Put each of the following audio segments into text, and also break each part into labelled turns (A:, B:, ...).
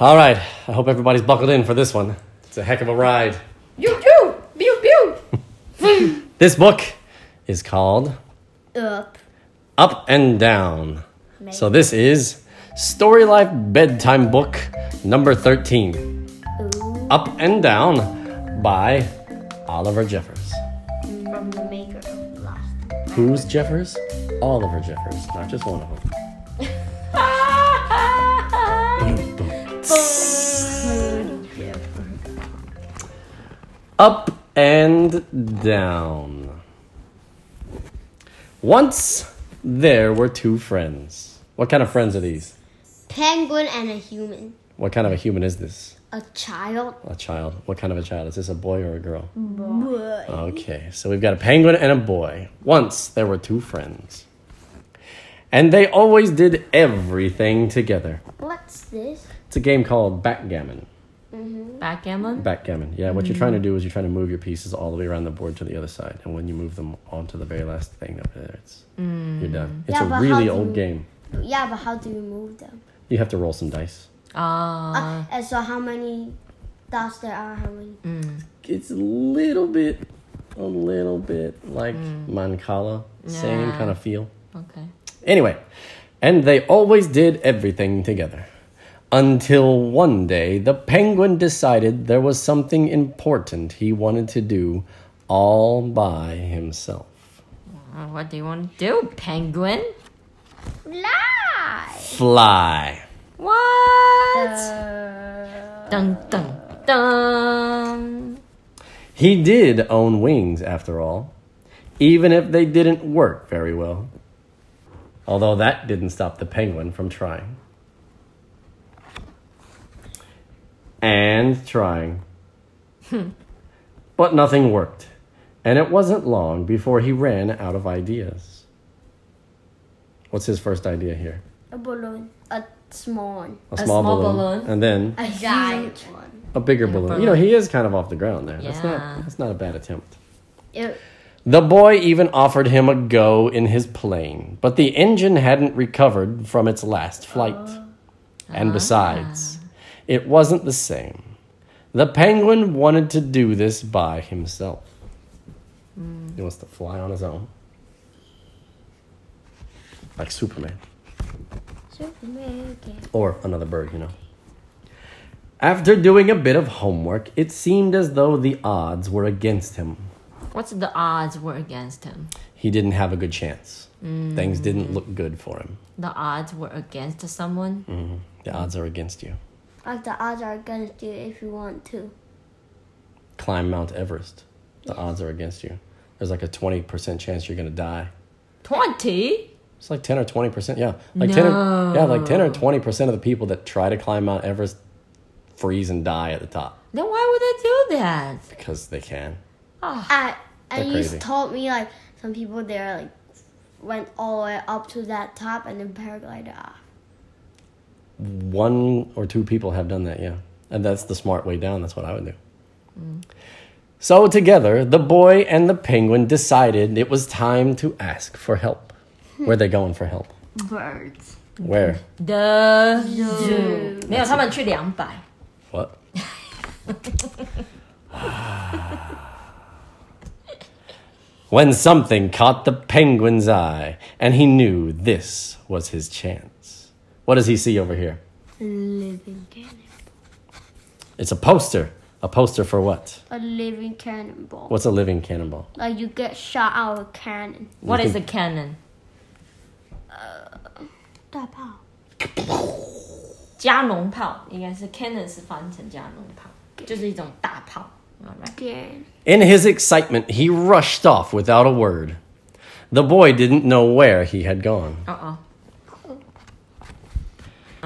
A: All right. I hope everybody's buckled in for this one. It's a heck of a ride.
B: You do. Pew pew.
A: This book is called
B: Up.
A: Up and Down. So this is Story Life Bedtime Book number 13.
B: Ooh,
A: Up and Down by Oliver Jeffers.
B: from the maker of Lost.
A: Who's Jeffers? Oliver Jeffers, not just one of them. Up and down. Once there were two friends. What kind of friends are these?
B: Penguin and a human.
A: What kind of a human is this?
B: A child.
A: A child. What kind of a child? Is this a boy or a girl?
B: Boy.
A: Okay, so we've got a penguin and a boy. Once there were two friends. And they always did everything together.
B: What's this?
A: It's a game called backgammon.
C: Backgammon?
A: Backgammon. Yeah, what you're trying to do is you're trying to move your pieces all the way around the board to the other side, and when you move them onto the very last thing over there, it's you're done. It's
B: Mm. Yeah, but
A: a
B: how
A: really
B: do
A: old
B: you-
A: game.
B: Yeah, but how do you move them?
A: You have to roll some dice.
C: Ah.
B: Uh, and so how many dots there are? How many?
A: mm. It's a little bit, a little bit like Mancala, same
C: Yeah.
A: kind of feel.
C: okay.
A: Anyway, and they always did everything together. Until one day, the penguin decided there was something important he wanted to do all by himself.
C: Uh, what do you want to do, penguin?
B: Fly.
A: Fly.
C: What?
B: Uh,
C: Dun dun dun.
A: He did own wings, after all, even if they didn't work very well. Although that didn't stop the penguin from trying. And trying. but nothing worked, and it wasn't long before he ran out of ideas. What's his first idea here?
B: a balloon. A small one.
A: A
C: small balloon.
A: And then
B: A giant one.
A: a bigger balloon. You know, he is kind of off the ground there. That's
C: Yeah.
A: not that's not a bad attempt.
B: It,
A: The boy even offered him a go in his plane, but the engine hadn't recovered from its last flight. and besides, it wasn't the same. The penguin wanted to do this by himself. He wants to fly on his own. Like Superman
B: Superman can
A: or another bird, you know. After doing a bit of homework, it seemed as though the odds were against him.
C: What's the odds were against him?
A: He didn't have a good chance. Things didn't look good for him.
C: The odds were against someone?
A: The odds are against you.
B: Like the odds are against you if you want to.
A: Climb Mount Everest. The odds are against you. There's like a 20% chance you're going to die.
C: 20?
A: It's like 10 or 20%. Yeah. Like 10 or, yeah, like 10 or 20% of the people that try to climb Mount Everest freeze and die at the top
C: Then why would they do that?
A: because they can.
B: I and
A: They're
B: you
A: crazy.
B: told me like some people there like went all the way up to that top and then paraglided off.
A: One or two people have done that, yeah. And that's the smart way down. That's what I would do. So together, the boy and the penguin decided it was time to ask for help. Where are they going for help?
B: Birds.
A: Where?
C: The zoo. 没有，他们去两百。
A: What? when something caught the penguin's eye, and he knew this was his chance. What does he see over here?
B: Living cannon.
A: It's a poster. A poster for what?
B: A living cannonball.
A: What's a living cannonball?
B: Like you get shot out of a cannon.
C: What
A: You
C: is a cannon?
B: 大炮.
C: 加农炮应该是 cannon 是翻成加农炮，就是一种大炮。Alright.
B: Cannon.
A: In his excitement, he rushed off without a word. The boy didn't know where he had gone.
C: Uh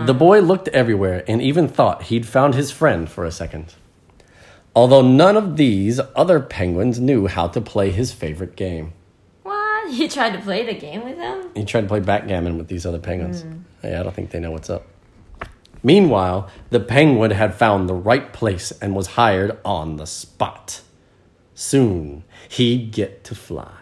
A: The boy looked everywhere and even thought he'd found his friend for a second. Although none of these other penguins knew how to play his favorite game.
C: What? He tried to play the game with them?
A: He tried to play backgammon with these other penguins. Hey, I don't think they know what's up. Meanwhile, the penguin had found the right place and was hired on the spot. Soon, he'd get to fly.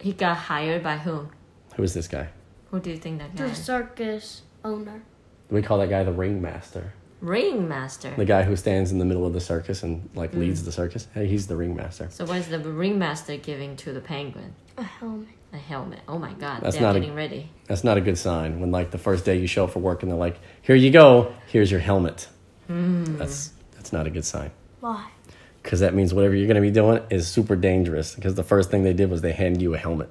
C: He got hired by who?
A: Who is this guy?
C: Who do you think that guy
B: The
C: is?
B: circus owner.
A: We call that guy the ringmaster.
C: Ringmaster.
A: The guy who stands in the middle of the circus and like leads the circus. Hey, he's the ringmaster.
C: So what is the ringmaster giving to the penguin?
B: A helmet.
C: A helmet. Oh my god,
A: That's
C: they're
A: not a-
C: getting ready.
A: That's not a good sign when like the first day you show up for work and they're like, "Here you go. Here's your helmet." That's that's not a good sign.
B: Why?
A: Because that means whatever you're going to be doing is super dangerous. Because the first thing they did was they hand you a helmet.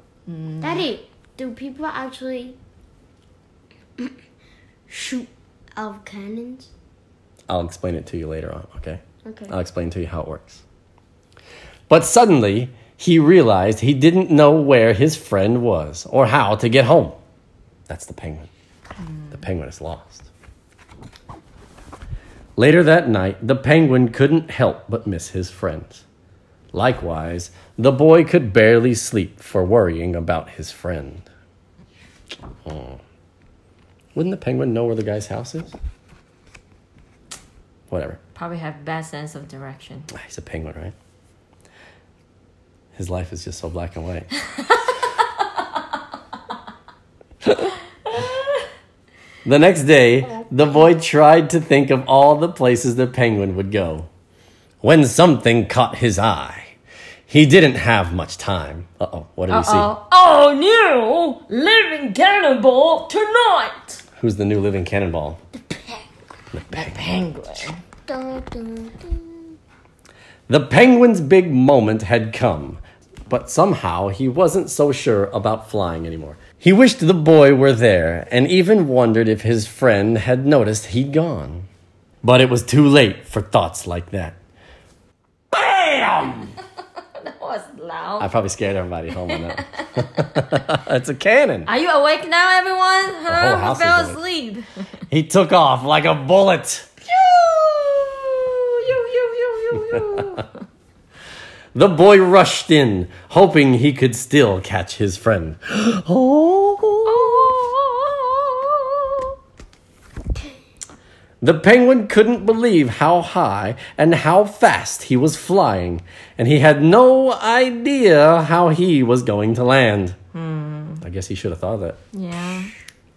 B: Daddy, do people actually shoot out of cannons?
A: I'll explain it to you later on, okay?
B: Okay.
A: I'll explain to you how it works. But suddenly, he realized he didn't know where his friend was or how to get home. That's the penguin. The penguin is lost. Later that night, the penguin couldn't help but miss his friends. Likewise, the boy could barely sleep for worrying about his friend. Hmm. Wouldn't the penguin know where the guy's house is? Whatever.
C: Probably have bad sense of direction.
A: Ah, He's a penguin, right? His life is just so black and white. the next day, the boy tried to think of all the places the penguin would go. When something caught his eye, he didn't have much time. Uh oh, what did he see?
C: Uh-oh. Oh no! Living cannibal tonight!
A: Who's the new living cannonball?
C: Penguin.
B: Dun, dun, dun.
A: The penguin's big moment had come, but somehow he wasn't so sure about flying anymore. He wished the boy were there and even wondered if his friend had noticed he'd gone. But it was too late for thoughts like that. BAM!
C: That was
A: I
C: loud.
A: probably scared everybody at home on that. one. it's a cannon.
C: Are you awake now, everyone? Huh?
A: whole
C: Who
A: house is
C: fell
A: awake.
C: asleep.
A: He took off like a bullet.
C: Yoo, yoo, yoo, yoo, yoo, yoo.
A: The boy rushed in, hoping he could still catch his friend. oh.
C: Oh.
A: The penguin couldn't believe how high and how fast he was flying, and he had no idea how he was going to land. I guess he should have thought of that.
C: Yeah.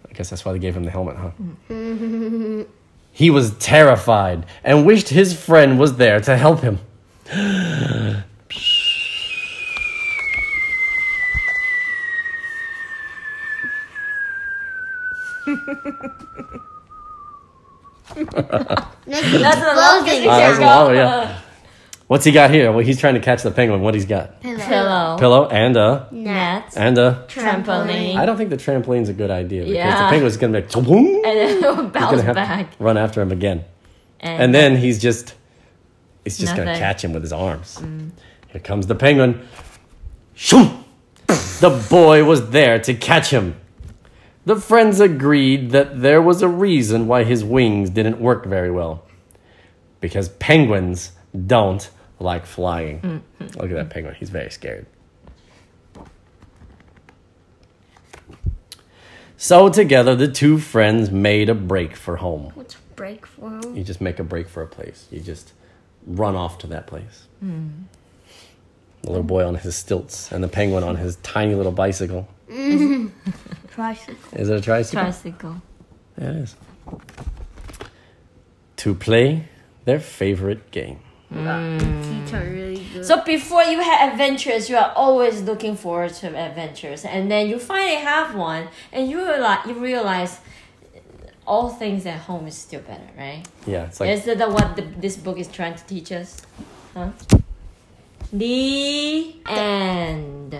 A: I guess that's why they gave him the helmet, huh? he was terrified and wished his friend was there to help him.
B: Next is
C: That's the longest
B: closing.
C: you
A: Ah,
C: can
A: that's
C: go.
A: long, yeah. What's he got here? Well, he's trying to catch the penguin. What he's got?
C: Pillow.
A: Pillow and a
C: Net.
A: and a.
C: Trampoline.
A: I don't think the trampoline's a good idea because
C: Yeah.
A: the penguin's gonna be like,
C: and then it will
A: He's
C: bounce
A: gonna have
C: back.
A: to run after him again. And then he's just he's just gonna
C: Nothing.
A: catch him with his arms. Here comes the penguin. Shoom! the boy was there to catch him. The friends agreed that there was a reason why his wings didn't work very well. Because penguins don't like flying. Look at that penguin, he's very scared. So together the two friends made a break for home.
B: What's break for him?
A: You just make a break for a place. You just run off to that place. The little boy on his stilts and the penguin on his tiny little bicycle.
B: Tricycle.
A: Is it a tricycle?
C: tricycle.
A: Yeah, it is. To play their favorite game.
B: Teacher really good.
C: So before you had adventures, you are always looking forward to adventures, and then you finally have one, and you realize you realize all things at home is still better, right?
A: Yeah, it's like
C: is that the- what the, this book is trying to teach us? Huh? The end.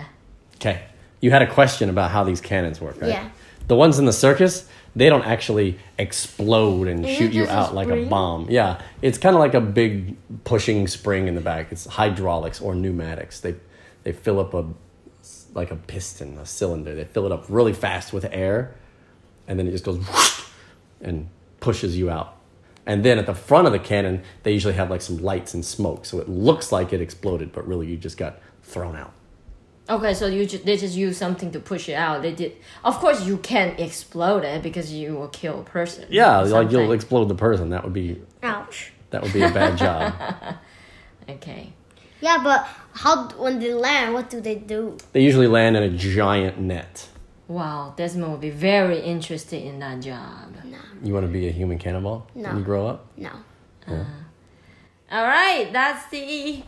A: okay. You had a question about how these cannons work, right?
B: Yeah.
A: The ones in the circus, they don't actually explode and
B: Is
A: shoot
B: it
A: you
B: just a
A: out like a
B: spring?
A: bomb. Yeah, it's kind of like a big pushing spring in the back. It's hydraulics or pneumatics. They they fill up a like a piston, a cylinder. They fill it up really fast with air, and then it just goes whoosh and pushes you out. And then at the front of the cannon, they usually have like some lights and smoke, so it looks like it exploded, but really you just got thrown out.
C: Okay, so you ju- they just use something to push it out. They did. Of course, you can't explode it because you will kill a person.
A: Yeah,
C: or
A: like you'll
C: something.
A: explode the person. That would be
B: Ouch.
A: that would be a bad job.
C: okay.
B: Yeah, but how when they land, what do they do?
A: They usually land in a giant net.
C: Wow, Desmond will be very interested in that job.
B: No,
A: You want to be a human cannonball
B: No.
A: when you grow up?
B: no.
C: All right, that's the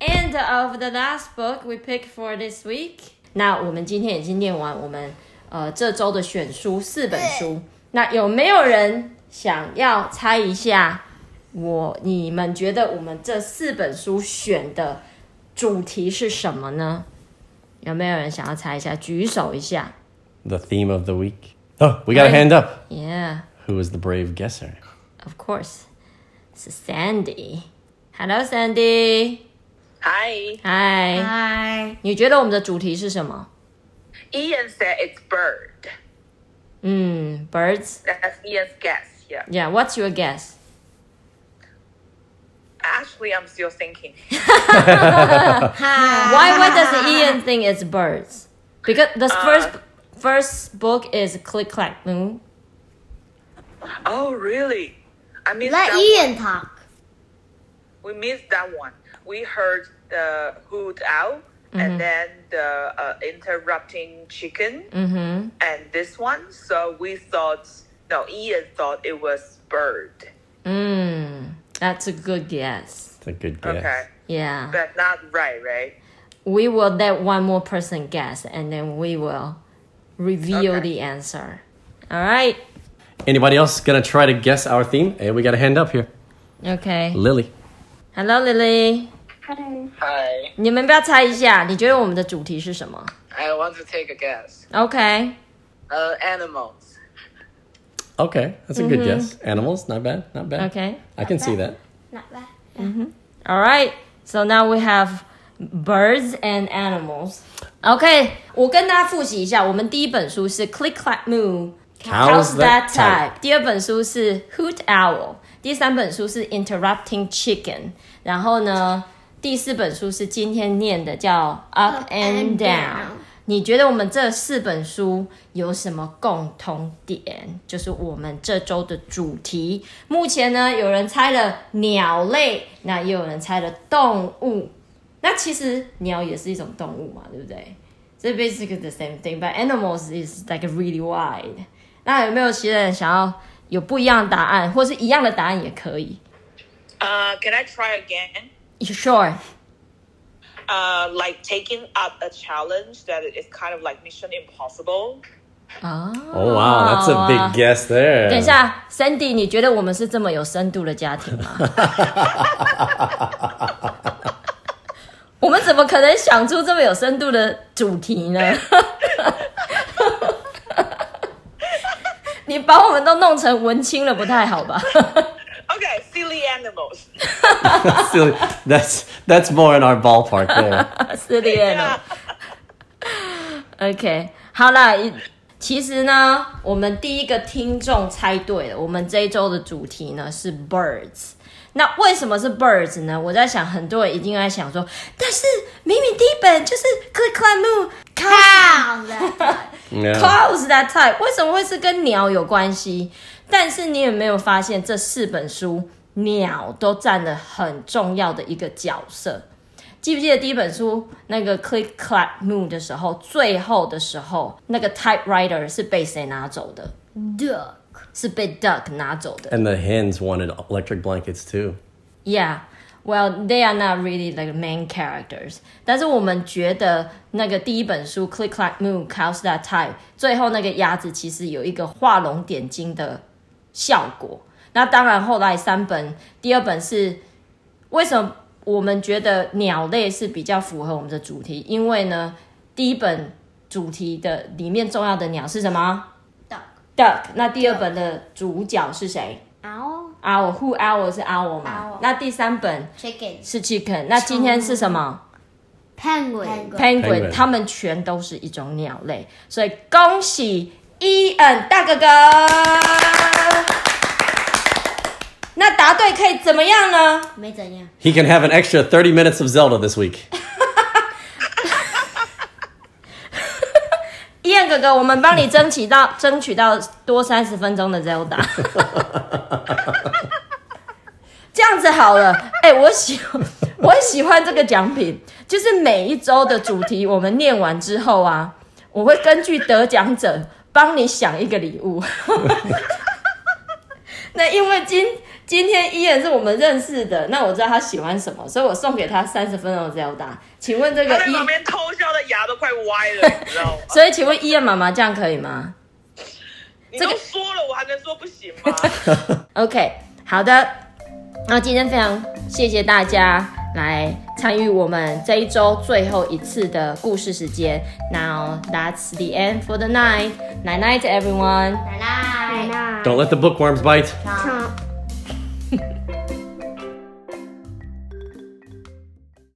C: end of the last book we picked for this week. 那我们今天已经念完我们呃这周的选书四本书，那有没有人想要猜一下我你们觉得我们这四本书选的主题是什么呢？有没有人想要猜一下？举手一下。
A: The theme of the week. Oh, we got a
C: Right.
A: hand up.
C: Yeah.
A: Who is the brave guesser?
C: Of course. It's Sandy. Hello, Sandy.
D: Hi.
C: Hi.
B: Hi.
C: 你觉得我们的主题是什么？
D: Ian said it's bird.
C: 嗯，birds.
D: That's Ian's guess. Yeah.
C: Yeah. What's your guess?
D: Actually, I'm still thinking.
B: Hi.
C: Why? Why does Ian think it's birds? Because the first first book is Click Clack Boom.
D: Oh, really? I missed
B: Let
D: that
B: Ian talk.
D: one. We missed that one. We heard the hoot owl
B: Mm-hmm.
D: and then the uh, interrupting chicken
B: Mm-hmm.
D: and this one. So we thought, no, Ian thought it was bird.
C: Mm, that's a good guess.
A: It's a good guess.
D: Okay.
C: Yeah.
D: But not right, right?
C: We will let one more person guess, and then we will reveal
D: Okay.
C: the answer. All right.
A: Anybody else gonna try to guess our theme? Hey, we got a hand up here.
C: Okay.
A: Lily.
C: Hello, Lily.
E: Hi,
C: 你们不要猜一下，你觉得我们的主题是什么
E: I want to take a guess.
C: ？OK，
E: Uh, animals.
A: Okay, that's a good guess. Animals, not bad, not bad.
C: Okay.
A: I can see that.
B: Not bad.
C: All right. So now we have birds and animals. OK，我跟大家复习一下，我们第一本书是 Click Clack Moo。
A: How's that type？
C: 第二本书是 Hoot Owl，第三本书是 Interrupting Chicken，然后呢，第四本书是今天念的叫 Up
B: Up
C: and Down
B: and Down。
C: 你觉得我们这四本书有什么共同点？就是我们这周的主题。目前呢，有人猜了鸟类，那也有人猜了动物。那其实鸟也是一种动物嘛，对不对？So basically the same thing, but animals is like really wide. 那有没有其他人想要有不一样的答案，或是一样的答案也可以
D: Uh, can I try again?
C: ？Sure.
D: Uh, like taking up a challenge that is kind of like Mission Impossible.
C: 啊、
A: Oh wow, that's a
C: 哇
A: big guess there.
C: 等一下，Sandy，你觉得我们是这么有深度的家庭吗？ 我们怎么可能想出这么有深度的主题呢？ 你把我们都弄成文青了，不太好吧？
D: Okay, silly animals.
A: Silly. That's that's more in our ballpark there.
C: 是的呢。OK，好啦，一其实呢，我们第一个听众猜对了，我们这一周的主题呢是 birds。那为什么是 birds 呢？我在想，很多人一定在想说，但是明明第一本就是 click climb move
B: How's that?
A: Yeah.
C: Clouds that type 为什么会是跟鸟有关系？但是你有没有发现这四本书鸟都占了很重要的一个角色？记不记得第一本书那个 Click Clack Moon 的时候，最后的时候那个 typewriter 是被谁拿走的？
B: Duck.
C: 是被 duck 拿走的。
A: And the hens wanted electric blankets too.
C: Yeah, well, they are not really like main characters. 但是我们觉得那个第一本书《Click Clack Moo Cows That Type》最后那个鸭子其实有一个画龙点睛的效果。那当然，后来三本，第二本是为什么我们觉得鸟类是比较符合我们的主题？因为呢，第一本主题的里面重要的鸟是什么
B: Duck.
C: ？duck。那第二本的主角是谁
B: Owl.
C: ？owl。Who owl 是 owl 嘛
B: Owl？
C: 那第三本
B: Chicken.
C: 是 chicken。那今天是什么
B: Penguin. Penguin.
C: ？penguin，
A: Penguin
C: 它们全都是一种鸟类，所以恭喜 Ian 大哥哥。那答对可以怎么样呢？
B: 没怎样。
A: He can have an extra 30 minutes of Zelda this week.
C: ，Ian 哥哥，我们帮你争取到争取到多三十分钟的 Zelda。这样子好了，哎、我喜我喜欢这个奖品，就是每一周的主题我们念完之后啊，我会根据得奖者帮你想一个礼物。 那因为今今天伊人是我们认识的，那我知道他喜欢什么，所以我送给他三十分钟的 Zelda。请问这
D: 他
C: 个
D: 在
C: 伊，
D: 旁边偷笑的牙都快歪了，你知道 吗？
C: 所以请问伊人妈妈这样可以吗？
D: 你
C: 这个
D: 都说了，我还能说不行吗？
C: OK，好的，那今天非常谢谢大家来参与我们这一周最后一次的故事时间。Now that's the end for the night. Night night, everyone.
B: Night.
A: Don't let the bookworms bite.
B: Night.